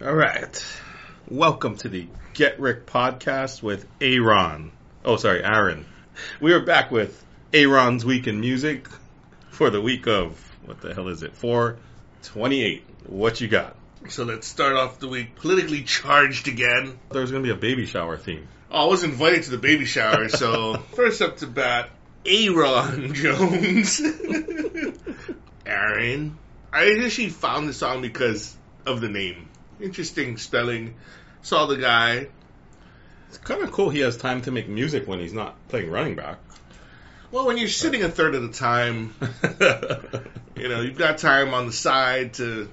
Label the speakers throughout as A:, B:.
A: right. Welcome to the Get Rick podcast with Aaron. Oh, sorry, Aaron. We are back with Aaron's Week in Music for the week of, what the hell is it, 428. What you got?
B: So let's start off the week politically charged again. Oh,
A: There's going to be a baby shower theme.
B: I was invited to the baby shower, so first up to bat, Aaron Jones. Aaron. I initially found the song because of the name. Interesting spelling. Saw the guy.
A: It's kind of cool he has time to make music when he's not playing running back.
B: Well, when you're sitting a third of the time, you know, you've got time on the side to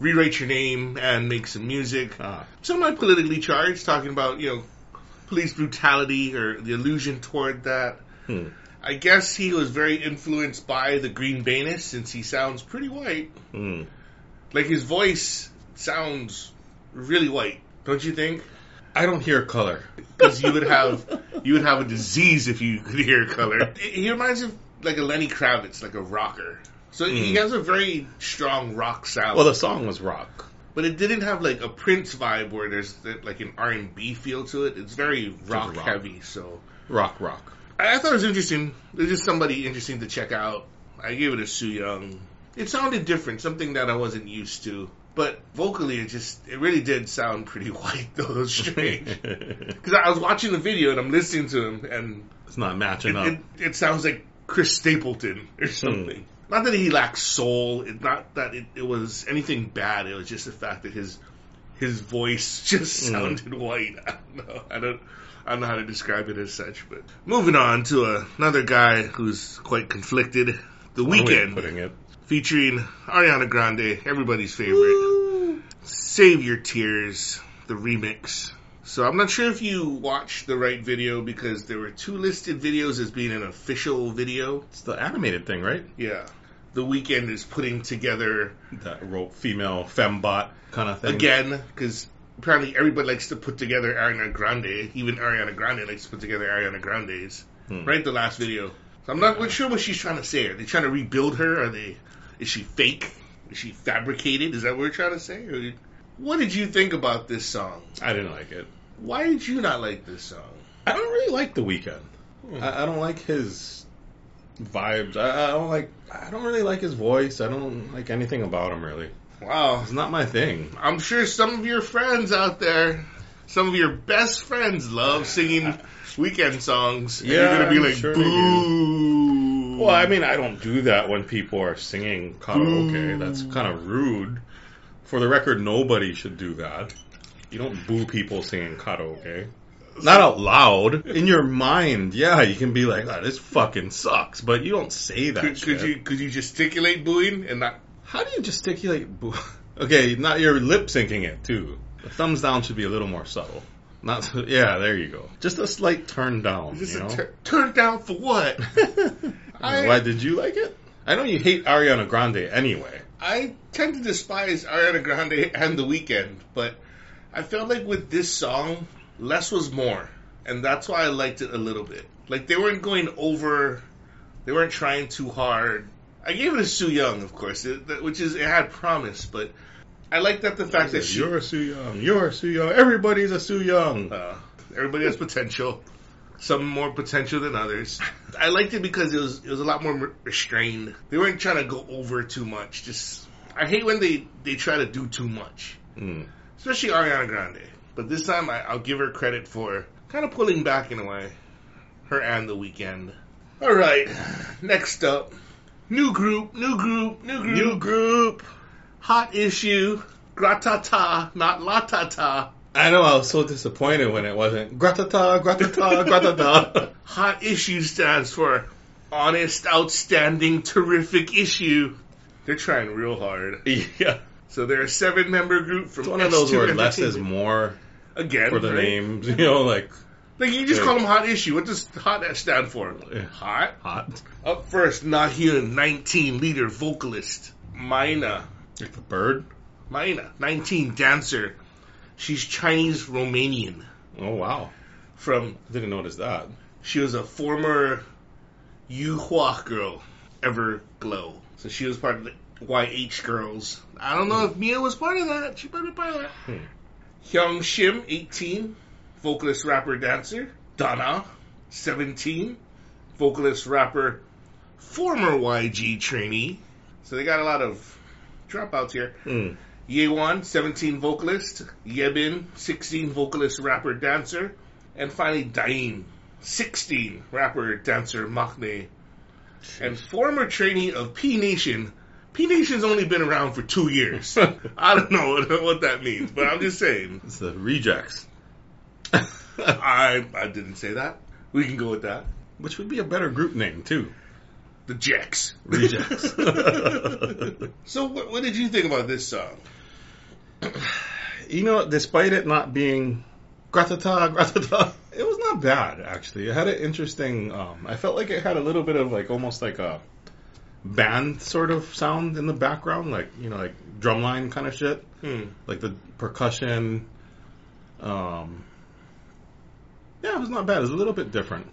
B: rewrite your name and make some music.
A: Ah.
B: Semi politically charged, talking about, you know, police brutality or the illusion toward that.
A: Hmm.
B: I guess he was very influenced by the Green Bayness since he sounds pretty white.
A: Hmm.
B: Like his voice sounds really white, don't you think?
A: I don't hear color.
B: Because you would have you would have a disease if you could hear color. He reminds me of like a Lenny Kravitz, like a rocker. So he
A: Mm.
B: has a very strong rock sound.
A: Well, the song was rock.
B: but it didn't have like a Prince vibe where there's like an R and B feel to it. It's very rock,
A: rock.
B: heavy. So
A: Rock, rock.
B: I, I thought it was interesting. There's just somebody interesting to check out. I gave it a Sue Young. It sounded different, something that I wasn't used to. But vocally, it just it really did sound pretty white though. It was strange
A: it's
B: because I was watching the video and I'm listening to him and
A: not matching up.
B: it, it sounds like Chris Stapleton or something. Not that he lacks soul. It, not that it, it was anything bad. It was just the fact that his his voice just
A: Mm.
B: sounded white. I don't know. I don't. I don't know how to describe it as such. But moving on to another guy who's quite conflicted. The
A: One way of
B: weekend
A: putting it.
B: featuring Ariana Grande, everybody's favorite. Save Your Tears, the remix. So I'm not sure if you watched the right video because there were two listed videos as being an official video.
A: It's the animated thing, right?
B: Yeah. The weekend is putting together
A: That ro- female fembot kind of thing.
B: again because apparently everybody likes to put together Ariana Grande. Even Ariana Grande likes to put together Ariana Grande's.
A: Hmm.
B: Right, the last video. So I'm not quite sure what she's trying to say. Are they trying to rebuild her? Are they? Is she fake? Is she fabricated? Is that what we're trying to say? Or, what did you think about this song?
A: I didn't like it.
B: Why did you not like this song?
A: I don't really like the weekend. I, I don't like his vibes. I, I don't like. I don't really like his voice. I don't like anything about him really.
B: Wow,
A: It's not my thing.
B: I'm sure some of your friends out there, some of your best friends, love singing weekend songs. and
A: Yeah,
B: you're gonna be
A: I'm
B: like,
A: sure they
B: boo.
A: Well, I mean, I don't do that when people are singing karaoke. That's
B: Mm.
A: kind of rude. For the record, nobody should do that. You don't boo people singing karaoke. Not out loud. In your mind, yeah, you can be like, oh, this fucking sucks, but you don't say that
B: could,
A: shit.
B: could you could you gesticulate booing and not?
A: How do you gesticulate? bo- Okay, not you're lip syncing it too. The thumbs down should be a little more subtle. Not so, yeah, there you go. Just a slight turn down.
B: Just
A: you know?
B: a tur- turn down for what? I-
A: Why did you like it? I know you hate Ariana Grande anyway.
B: I tend to despise Ariana Grande and The Weeknd, but I felt like with this song, less was more, and that's why I liked it a little bit. Like they weren't going over, they weren't trying too hard. I gave it a Sue Young, of course, it, that- which is it had promise, but I like that the fact that she,
A: you're a Sue Young, you're a Sue Young, everybody's a Sue Young.
B: uh, everybody has potential, some more potential than others. I liked it because it was it was a lot more re- restrained. They weren't trying to go over too much. Just I hate when they they try to do too much.
A: Mm.
B: especially Ariana Grande. But this time, I, I'll give her credit for kind of pulling back in a way. Her and the weekend. All right, next up, new group, new group, new group,
A: New group.
B: hot issue. Gratata, not latata.
A: I know I was so disappointed when it wasn't gratata, gratata, gratata.
B: Hot issue stands for honest, outstanding, terrific issue. They're trying real hard.
A: yeah,
B: So they're a seven-member group from
A: it's one of those
B: S2
A: where less is
B: Entertainment.
A: more
B: again
A: for the
B: right?
A: names. You know, like
B: Like you just
A: Yeah.
B: call them hot issue. What does hot stand for?
A: Yeah.
B: Hot.
A: hot.
B: Up first, Nahyun, 19, leader, vocalist. Mina,
A: Like the bird.
B: Mina, 19, dancer. She's Chinese Romanian.
A: Oh wow,
B: From
A: didn't notice that.
B: she was a former Yuhua girl, Everglow. So she was part of the YH girls. I don't know if Mia was part of that. She might be part of that.
A: Hmm.
B: Hyung Shim, 18, vocalist, rapper, dancer. Donna, 17, vocalist, rapper, former YG trainee. So they got a lot of dropouts here.
A: Mm.
B: Yewan, 17 vocalist. Yebin, 16 vocalist, rapper, dancer. And finally, Daim, 16 rapper, dancer, maknae, and former trainee of P Nation. P Nation's only been around for two years. I don't know what, what that means, but I'm just saying.
A: It's the rejects.
B: I, I didn't say that. We can go with that.
A: Which would be a better group name, too.
B: The Jacks.
A: Rejects.
B: so, what, what did you think about this song?
A: you know, despite it not being gratata, gratata, it was not bad, actually. It had an interesting, um, I felt like it had a little bit of, like, almost like a band sort of sound in the background, like, you know, like drumline kind of shit.
B: Hmm.
A: like the percussion. Um, yeah, it was not bad. It was a little bit different.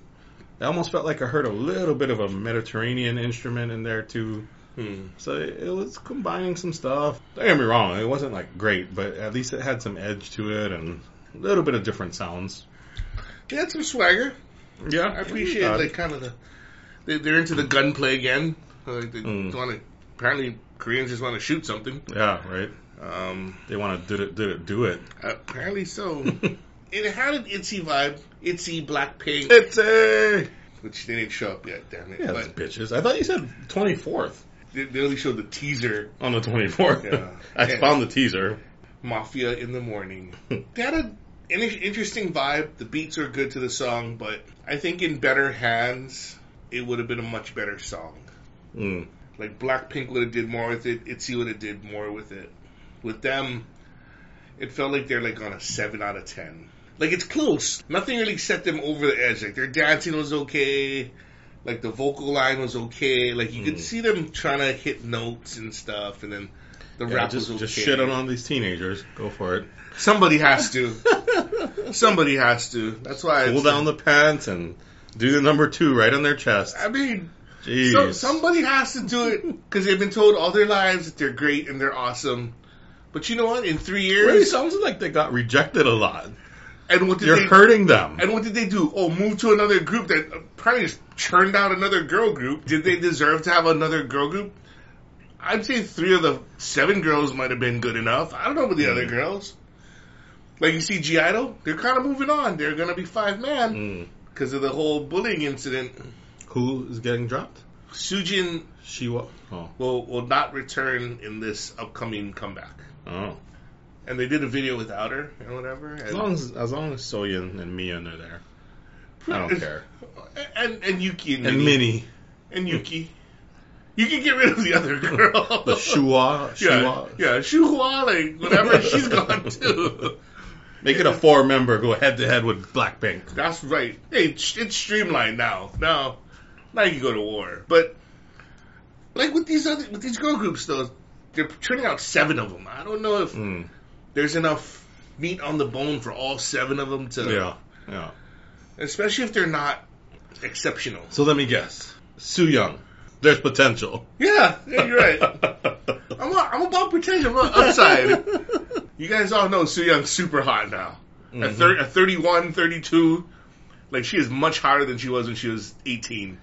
A: I almost felt like I heard a little bit of a Mediterranean instrument in there too.
B: Hmm.
A: So it it was combining some stuff. Don't get me wrong, it wasn't like great, but at least it had some edge to it and a little bit of different sounds.
B: They had some swagger.
A: Yeah,
B: I appreciate like kind of the they, they're into the gunplay again. Like they
A: Mm.
B: want to apparently Koreans just want to shoot something.
A: yeah, right.
B: Um,
A: They want to do it, do it, do it.
B: apparently so. it had an itsy vibe, itsy Blackpink,
A: it's a
B: which they didn't show up yet. Damn it!
A: yeah, those
B: but
A: bitches. I thought you said twenty fourth
B: they, they only showed the teaser
A: on the twenty fourth.
B: Yeah.
A: I
B: Yeah.
A: found the teaser.
B: "Mafia in the Morning." they had a an in- interesting vibe. The beats were good to the song, but I think in better hands, it would have been a much better song.
A: Mm.
B: Like Blackpink would have did more with it. ITZY would have did more with it. With them, it felt like they're like on a seven out of ten. Like it's close. Nothing really set them over the edge. Like their dancing was okay. Like the vocal line was okay. Like you could
A: Mm.
B: see them trying to hit notes and stuff, and then the
A: Yeah,
B: rap
A: just,
B: was okay.
A: just shit on all these teenagers. Go for it.
B: Somebody has to. Somebody has to. That's why.
A: Pull down the pants and do the number two right on their chest.
B: I mean,
A: Jeez.
B: So, somebody has to do it because they've been told all their lives that they're great and they're awesome. But you know what? In three
A: really
B: years,
A: sounds like they got rejected a lot.
B: and what did
A: You're
B: they?
A: hurting them.
B: And what did they do? Oh, move to another group that apparently just churned out another girl group. Did they deserve to have another girl group? I'd say three of the seven girls might have been good enough. I don't know about the
A: Mm.
B: other girls. Like you see, G Idol, they're kind of moving on. They're gonna be five man
A: Mm.
B: because of the whole bullying incident.
A: Who is getting dropped?
B: Sujin
A: She wa- oh.
B: will will not return in this upcoming comeback.
A: oh.
B: and they did a video without her and whatever. And,
A: As long as as long as Soyeon and Miyeon are there, I don't care.
B: And and Yuki and,
A: And
B: Minnie.
A: Minnie,
B: and Yuki, you can get rid of the other girl.
A: the Shua,
B: yeah,
A: Shua.
B: yeah, Shuhua, like whatever. she's gone too.
A: Make it a four member. Go head to head with Blackpink.
B: That's right. Hey, it's it's streamlined now. Now, now you can go to war. But like with these other with these girl groups though, they're turning out seven of them. I don't know if
A: Mm.
B: there's enough meat on the bone for all seven of them to.
A: Yeah, yeah.
B: Especially if they're not exceptional.
A: So let me guess. Suyoung, there's potential.
B: Yeah, yeah, you're right. I'm, a, I'm about potential. I'm about upside. you guys all know Su Young's super hot now. At,
A: Mhm.
B: thir- at 31, 32, like she is much hotter than she was when she was 18.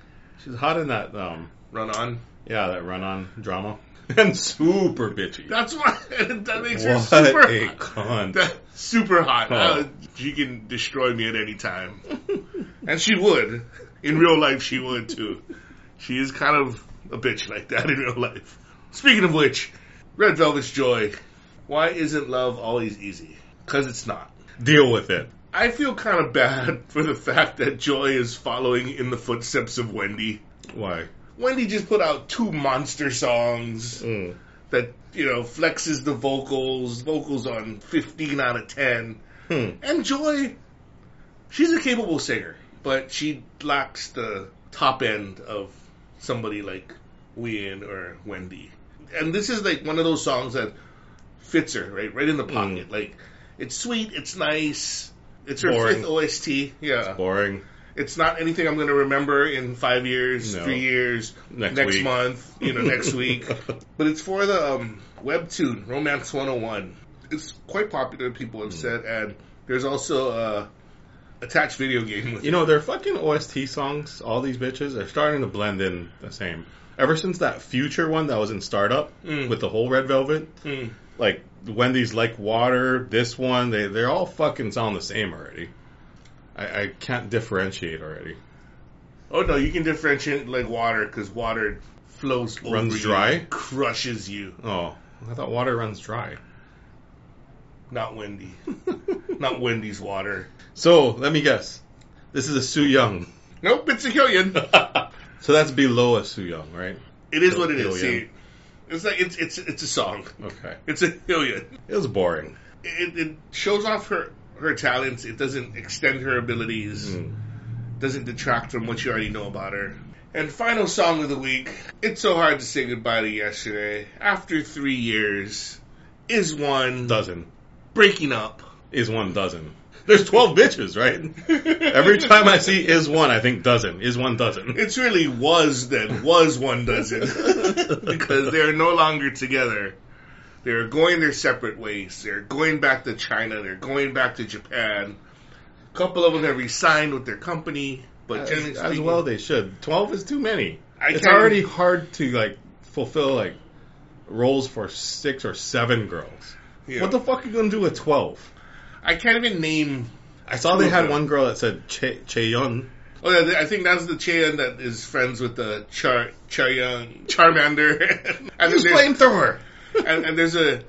A: She's hot in that um
B: Run on.
A: yeah, that run on drama. And super bitchy.
B: That's why that makes her
A: What
B: super
A: a
B: hot.
A: cunt.
B: That- super hot.
A: Oh.
B: Uh, she can destroy me at any time, and she would. In real life, she would too. She is kind of a bitch like that in real life. Speaking of which, Red Velvet's Joy. Why isn't love always easy? Because it's not.
A: Deal with it.
B: I feel kind of bad for the fact that Joy is following in the footsteps of Wendy.
A: Why?
B: Wendy just put out two monster songs
A: Mm.
B: that, you know, flexes the vocals, vocals on 15 out of 10.
A: Hmm.
B: And Joy, she's a capable singer, but she lacks the top end of somebody like Wien or Wendy. And this is like one of those songs that fits her, right? Right in the
A: Mm.
B: pocket. Like, it's sweet, it's nice, it's her
A: Boring.
B: fifth OST. Yeah.
A: Boring.
B: It's not anything I'm going to remember in five years,
A: No.
B: three years,
A: Next,
B: next,
A: week.
B: month, you know, next week. But it's for the um, webtoon, Romance 101. it's quite popular. People have said, and there's also a attached video game with
A: You know, their fucking OST songs, all these bitches, are starting to blend in the same. Ever since that future one that was in Startup
B: Mm.
A: with the whole Red Velvet,
B: it. Mm.
A: like Wendy's Like Water, this one, they they all fucking sound the same already. I, I can't differentiate already.
B: Oh no, you can differentiate like water because water flows over
A: Runs
B: you,
A: dry?
B: crushes you.
A: Oh, I thought water runs dry.
B: Not Wendy, not Wendy's water.
A: so let me guess. This is a Su Young.
B: Nope, it's a Hillian.
A: So that's below a Su Young, right?
B: It is what it is.
A: Hillian.
B: See, it's like it's it's it's a song.
A: Okay.
B: It's a Hillian.
A: It was boring.
B: It, it shows off her her talents. It doesn't extend her abilities.
A: Mm.
B: Doesn't detract from what you already know about her. And final song of the week. It's so hard to say goodbye to yesterday. After three years, is one
A: Dozen
B: breaking up.
A: is one dozen. There's twelve bitches, right? Every time I see is one, I think dozen. Is one dozen.
B: It's really was then, was one dozen. because they're no longer together. They're going their separate ways. They're going back to China. They're going back to Japan. A couple of them have resigned with their company. But
A: As,
B: generally
A: as
B: speaking,
A: well they should. Twelve is too many.
B: I
A: it's
B: can't-
A: already hard to like fulfill like roles for six or seven girls.
B: yeah.
A: What the fuck are you gonna do with twelve?
B: I can't even name.
A: I saw they had
B: Okay.
A: one girl that said Che Cheyun.
B: Oh, yeah, th- I think that's the Cheyenne that is friends with the Char Charyang Charmander. and,
A: Who's
B: then there's,
A: flamethrower?
B: and, and there's a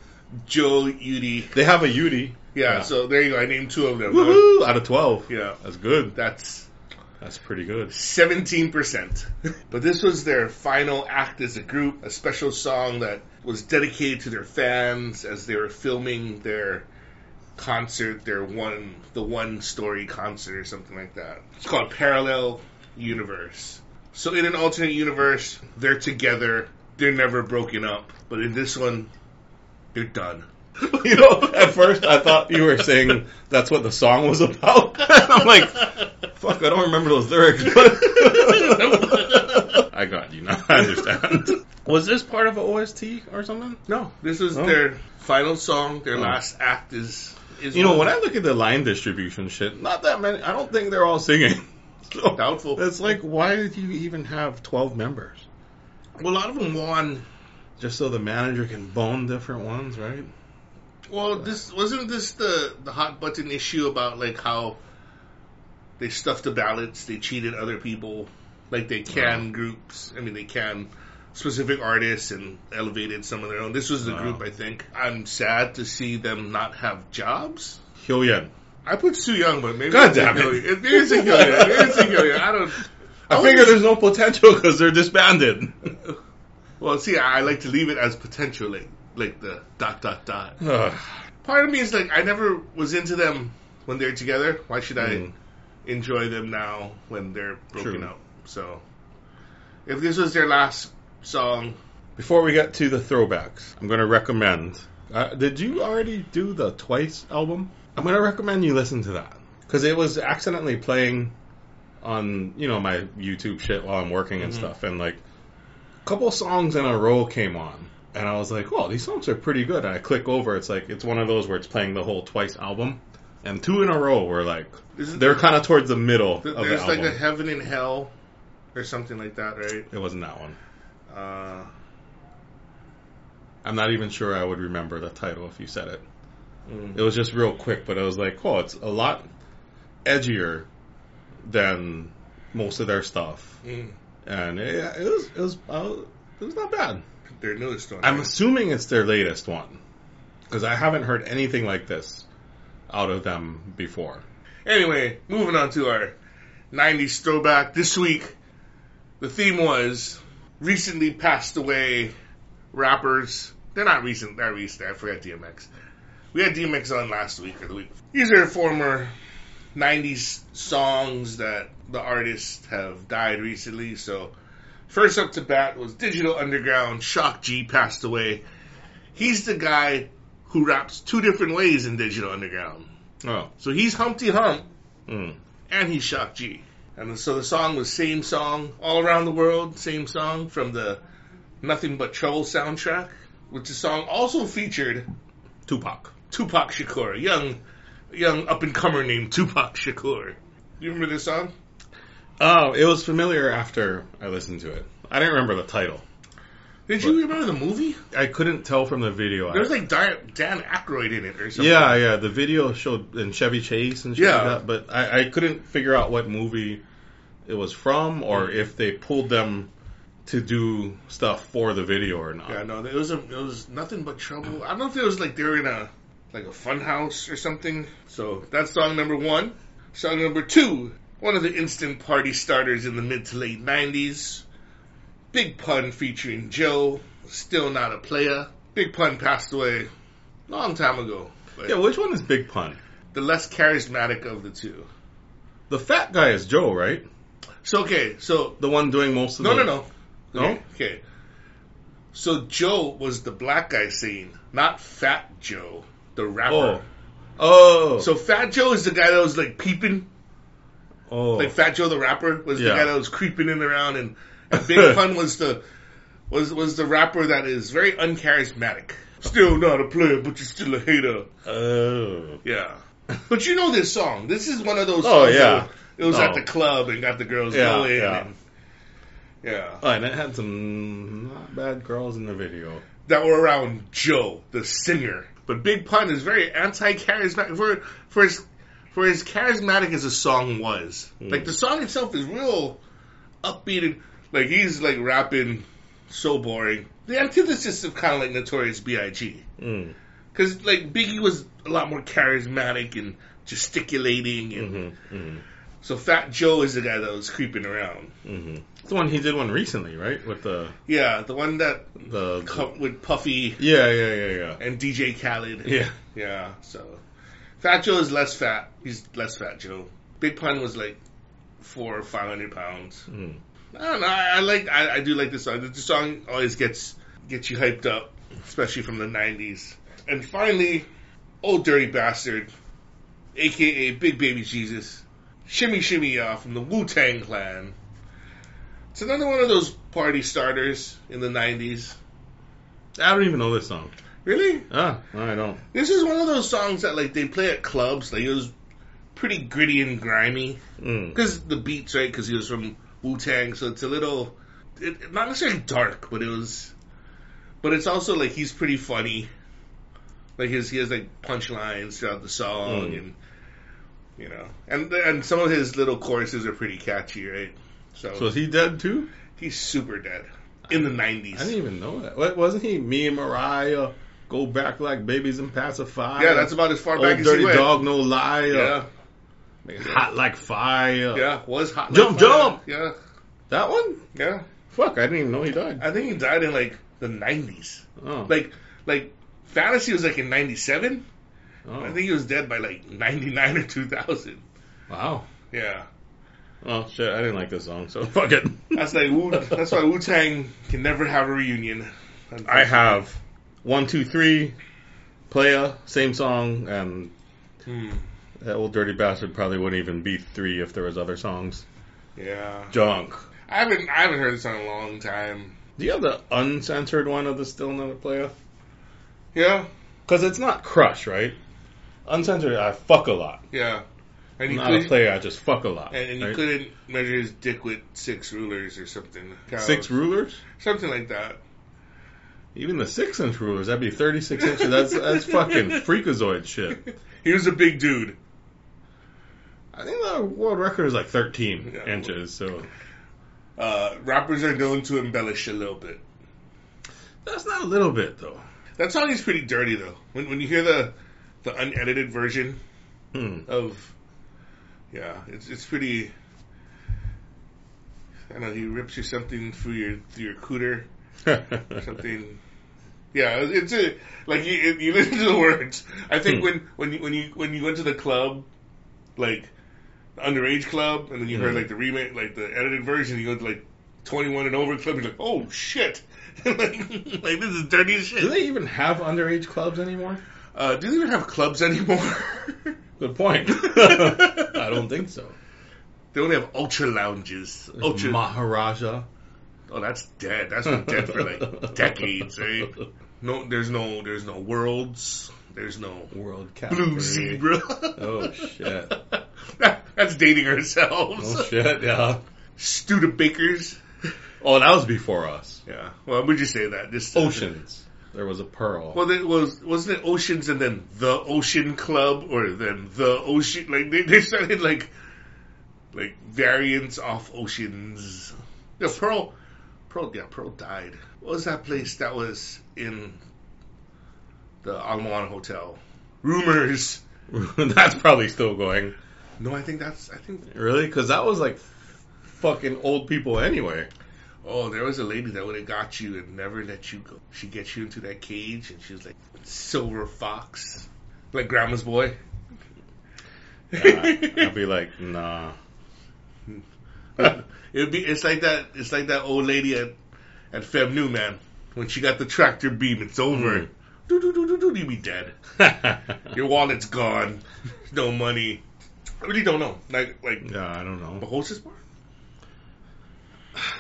B: Joe Yudi.
A: They have a Yudi.
B: Yeah,
A: Yeah.
B: So there you go. I named two of them.
A: Woohoo! Out of twelve.
B: Yeah,
A: That's good.
B: that's
A: That's pretty good.
B: 17%. But this was their final act as a group, a special song that was dedicated to their fans as they were filming their concert, their one the one story concert or something like that. It's called Parallel Universe. So in an alternate universe, they're together, they're never broken up, but in this one, they're done.
A: You know, at first I thought you were saying that's what the song was about. I'm like, fuck, I don't remember those lyrics. But I got you now. I understand. Was this part of an OST or something? No.
B: This was
A: Oh.
B: their final song, their
A: Oh.
B: last act is is
A: You know, when I look at the line distribution shit, not that many. I don't think they're all singing. So,
B: doubtful.
A: it's like, why did you even have 12 members?
B: Well, a lot of them won
A: Just so the manager can bone different ones, right?
B: Well, this wasn't this the the hot button issue about like how they stuffed the ballots, they cheated other people, like they can groups. I mean, they can specific artists and elevated some of their own. This was the
A: Wow.
B: group, I think. I'm sad to see them not have jobs.
A: Hyoyen.
B: I put Sue Young, but maybe
A: God
B: it's a
A: damn it.
B: Hillary. Maybe it's a Hillary. Maybe it's a Hillary. I don't.
A: I
B: Oh,
A: figure
B: this-
A: there's no potential because they're disbanded.
B: Well, see, I I like to leave it as potential, like like the dot dot dot.
A: Ugh.
B: Part of me is like, I never was into them when they're together. Why should I?
A: Mm.
B: enjoy them now when they're broken
A: True.
B: up. So, if this was their last song,
A: Before we get to the throwbacks, I'm going to recommend. Uh, did you already do the Twice album? I'm going to recommend you listen to that because it was accidentally playing on you know my YouTube shit while I'm working and
B: Mhm.
A: stuff, and like a couple songs in a row came on, and I was like, "Well, these songs are pretty good." And I click over, it's like it's one of those where it's playing the whole Twice album, and two in a row were like
B: this is,
A: they're kind of towards the middle
B: th-
A: of
B: there's
A: the
B: like
A: album.
B: a heaven and hell or something like that, right?
A: it wasn't that one.
B: Uh,
A: I'm not even sure I would remember the title if you said it.
B: mm.
A: It was just real quick, but I was like, oh, it's a lot edgier than most of their stuff,
B: Mm.
A: and it, it was it was uh, it was not bad.
B: Their newest one.
A: I'm
B: right?
A: assuming it's their latest one because I haven't heard anything like this out of them before.
B: Anyway, moving on to our 90s throwback. This week, the theme was recently passed away rappers. They're not recent, not recent. I forgot DMX. We had DMX on last week or the week. These are former 90s songs that the artists have died recently. So, first up to bat was Digital Underground. Shock G passed away. He's the guy who raps two different ways in Digital Underground.
A: Oh,
B: So he's Humpty Hump
A: mm.
B: and he's Shock G. And so the song was same song all around the world, same song from the Nothing But Trouble soundtrack, which the song also featured
A: Tupac.
B: Tupac Shakur, young, young up and comer named Tupac Shakur. You remember this song?
A: Oh, it was familiar after I listened to it. I didn't remember the title.
B: Did you remember the movie?
A: I couldn't tell from the video.
B: There was like Dan, Dan Aykroyd in it or something.
A: yeah, yeah. The video showed in Chevy Chase and shit
B: Yeah.
A: like that, but I, I couldn't figure out what movie it was from or if they pulled them to do stuff for the video or not.
B: Yeah, no, it was a, it was nothing but trouble. I don't know if it was like they were in a like a fun house or something. So that's song number one. Song number two, one of the instant party starters in the mid to late '90s. Big Pun featuring Joe, still not a player. Big Pun passed away long time ago. But
A: Yeah, which one is Big Pun?
B: the less charismatic of the two.
A: The fat guy is Joe, right?
B: So okay, so
A: The one doing most of
B: no,
A: the
B: no, no,
A: No?
B: Okay. So Joe was the black guy singing, not Fat Joe, the
A: Oh.
B: rapper.
A: Oh.
B: So Fat Joe is the guy that was like peeping,
A: oh.
B: like Fat Joe the rapper was the
A: Yeah.
B: guy that was creeping in around, and, and Big Pun was the was was the rapper that is very uncharismatic. Still not a player, but you're still a hater.
A: oh.
B: Yeah, but you know this song. This is one of those.
A: Oh,
B: songs
A: yeah.
B: that it was
A: Oh.
B: at the club and got the girls
A: Yeah,
B: going.
A: yeah.
B: and- yeah,
A: Oh, and it had some not bad girls in the video.
B: that were around Joe, the singer. But Big Pun is very anti-charismatic for for as for as charismatic as the song was. Like the song itself is real upbeat and like he's like rapping so boring. The antithesis of kind of like Notorious B.I.G.
A: Mm.
B: Because like Biggie was a lot more charismatic and gesticulating, and
A: Mm-hmm. Mm-hmm.
B: so Fat Joe is the guy that was creeping around.
A: Mm-hmm. It's the one he did one recently, right? With the
B: Yeah, the one that
A: the,
B: co- with Puffy
A: yeah yeah yeah yeah
B: and DJ Khaled.
A: yeah.
B: Yeah, so Fat Joe is less fat. He's less fat Joe. Big Pun was like four or five hundred pounds.
A: Mm.
B: I don't know. I, I like. I, I do like this song. The song always gets gets you hyped up, especially from the '90s. And finally, old dirty bastard, aka Big Baby Jesus, Shimmy Shimmy Ya from the Wu Tang Clan. It's another one of those party starters in the '90s.
A: I don't even know this song.
B: Really?
A: Ah, no, I don't.
B: This is one of those songs that like they play at clubs. Like it was pretty gritty and grimy
A: Mm.
B: because the beats, right? Because he was from Wu Tang, so it's a little it, not necessarily dark, but it was. But it's also like he's pretty funny. Like his he has like punchlines throughout the song,
A: Mm.
B: and you know, and and some of his little choruses are pretty catchy, right? So,
A: So is he dead too?
B: he's super dead in the nineties.
A: I didn't even know that. What, wasn't he me and Mariah go back like babies and pacify?
B: Yeah, that's about as far
A: old
B: back as
A: dirty
B: he went.
A: dog, no lie.
B: Yeah,
A: hot like fire.
B: yeah, was hot.
A: Jump,
B: Fire.
A: jump!
B: Yeah,
A: That one?
B: yeah.
A: Fuck, I didn't even know he died.
B: I think he died in like the nineties.
A: Oh,
B: Like like Fantasy was like in ninety seven.
A: oh.
B: I think he was dead by like ninety nine or two thousand.
A: wow.
B: Yeah.
A: Oh shit, I didn't like this song, so fuck it.
B: That's like Wu that's why Wu Tang can never have a reunion.
A: I have one, two, three, playa, same song, and
B: Hmm.
A: that old dirty bastard probably wouldn't even be three if there was other songs.
B: Yeah.
A: Junk.
B: I haven't I haven't heard this in a long time.
A: Do you have the uncensored one of the still another playa?
B: Yeah,
A: Because it's not crush, right? Uncensored, I fuck a lot.
B: yeah. And he
A: not a
B: couldn't
A: playa, I just fuck a lot.
B: and, and he
A: right?
B: couldn't measure his dick with six rulers or something. Kind of-
A: Six rulers,
B: something like that.
A: even the six inch rulers, that'd be thirty six inches. That's that's fucking freakazoid shit.
B: He was a big dude.
A: I think the world record is like thirteen
B: Yeah.
A: inches. So
B: Uh, rappers are known to embellish a little bit.
A: that's not a little bit though.
B: That song is pretty dirty though. When when you hear the the unedited version
A: Hmm.
B: of yeah, it's it's pretty. I don't know. He rips you something through your through your cooter, something. Yeah, it's a like you it- you listen to the words. I think
A: Hmm.
B: when when you, when you when you went to the club, like the underage club, and then you heard
A: Hmm.
B: like the remake, like the edited version, you go to like twenty one and over club, you're like, oh shit, like, like this is dirty as shit.
A: Do they even have underage clubs anymore?
B: Uh, do they even have clubs anymore?
A: Good point. I don't think so.
B: they only have ultra lounges. Ultra.
A: Maharaja.
B: oh, that's eh?
A: eh?
B: dead. That's been dead for like decades, right? No, there's no, there's no worlds. There's no
A: World Cat.
B: blue
A: Parade.
B: zebra.
A: Oh shit.
B: That's dating ourselves.
A: Oh shit. Yeah.
B: Studebakers.
A: Oh, that was before us.
B: Yeah. Well, would you say that? Just
A: Oceans. There was a pearl.
B: Well, it was wasn't it oceans and then the Ocean Club or then the Ocean? Like they, they started like like variants off oceans. Yeah, Pearl, Pearl, yeah, Pearl died. What was that place that was in the Alamoana Hotel? Rumors.
A: That's probably still going.
B: No, I think that's I think.
A: Really? Because that was like fucking old people anyway.
B: Oh, there was a lady that would have got you and never let you go. She gets you into that cage and she was like silver fox, like grandma's boy.
A: Yeah, I'd Uh, be like, nah.
B: It'd be it's like that it's like that old lady at at Fem New man. When she got the tractor beam, it's over.
A: Mm.
B: Do do do do do you be dead.
A: yeah,
B: Your wallet's gone. no money. I really don't know. Like like
A: I don't know.
B: Hostess Bar?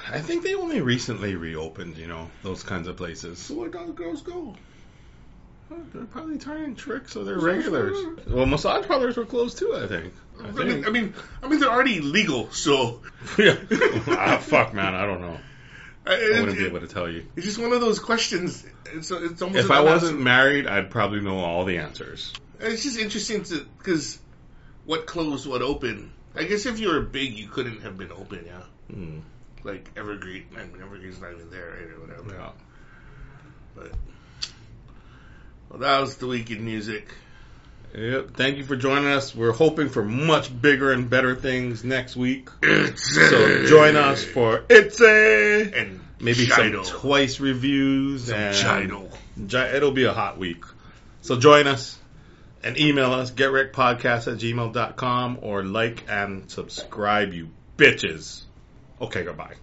A: I think they only recently reopened, you know, those kinds of places.
B: So where do the girls go?
A: They're probably turning tricks or they're regulars. Well, massage parlors were closed too, I think. I
B: I mean,
A: think.
B: I mean I mean they're already legal, so
A: yeah. ah, fuck, man. I don't know.
B: I,
A: I
B: it,
A: wouldn't be able to tell you.
B: it's just one of those questions. It's it's almost
A: If
B: an
A: I wasn't
B: unanswerable-
A: married, I'd probably know all the answers.
B: It's just interesting to because what closed, what opened. I guess if you were big, you couldn't have been open, yeah. Hmm.
A: Mm,
B: Like Evergreen, I mean Evergreen's not even there right, or whatever.
A: yeah.
B: But well, that was the week in music.
A: Yep. Thank you for joining us. We're hoping for much bigger and better things next week. So join us for it's a
B: and
A: maybe
B: Shido.
A: some twice reviews
B: Some
A: and
B: Shido.
A: Gi- it'll be a hot week. So join us and email us getrickpodcast at gmail.com or like and subscribe you bitches. Okay, goodbye.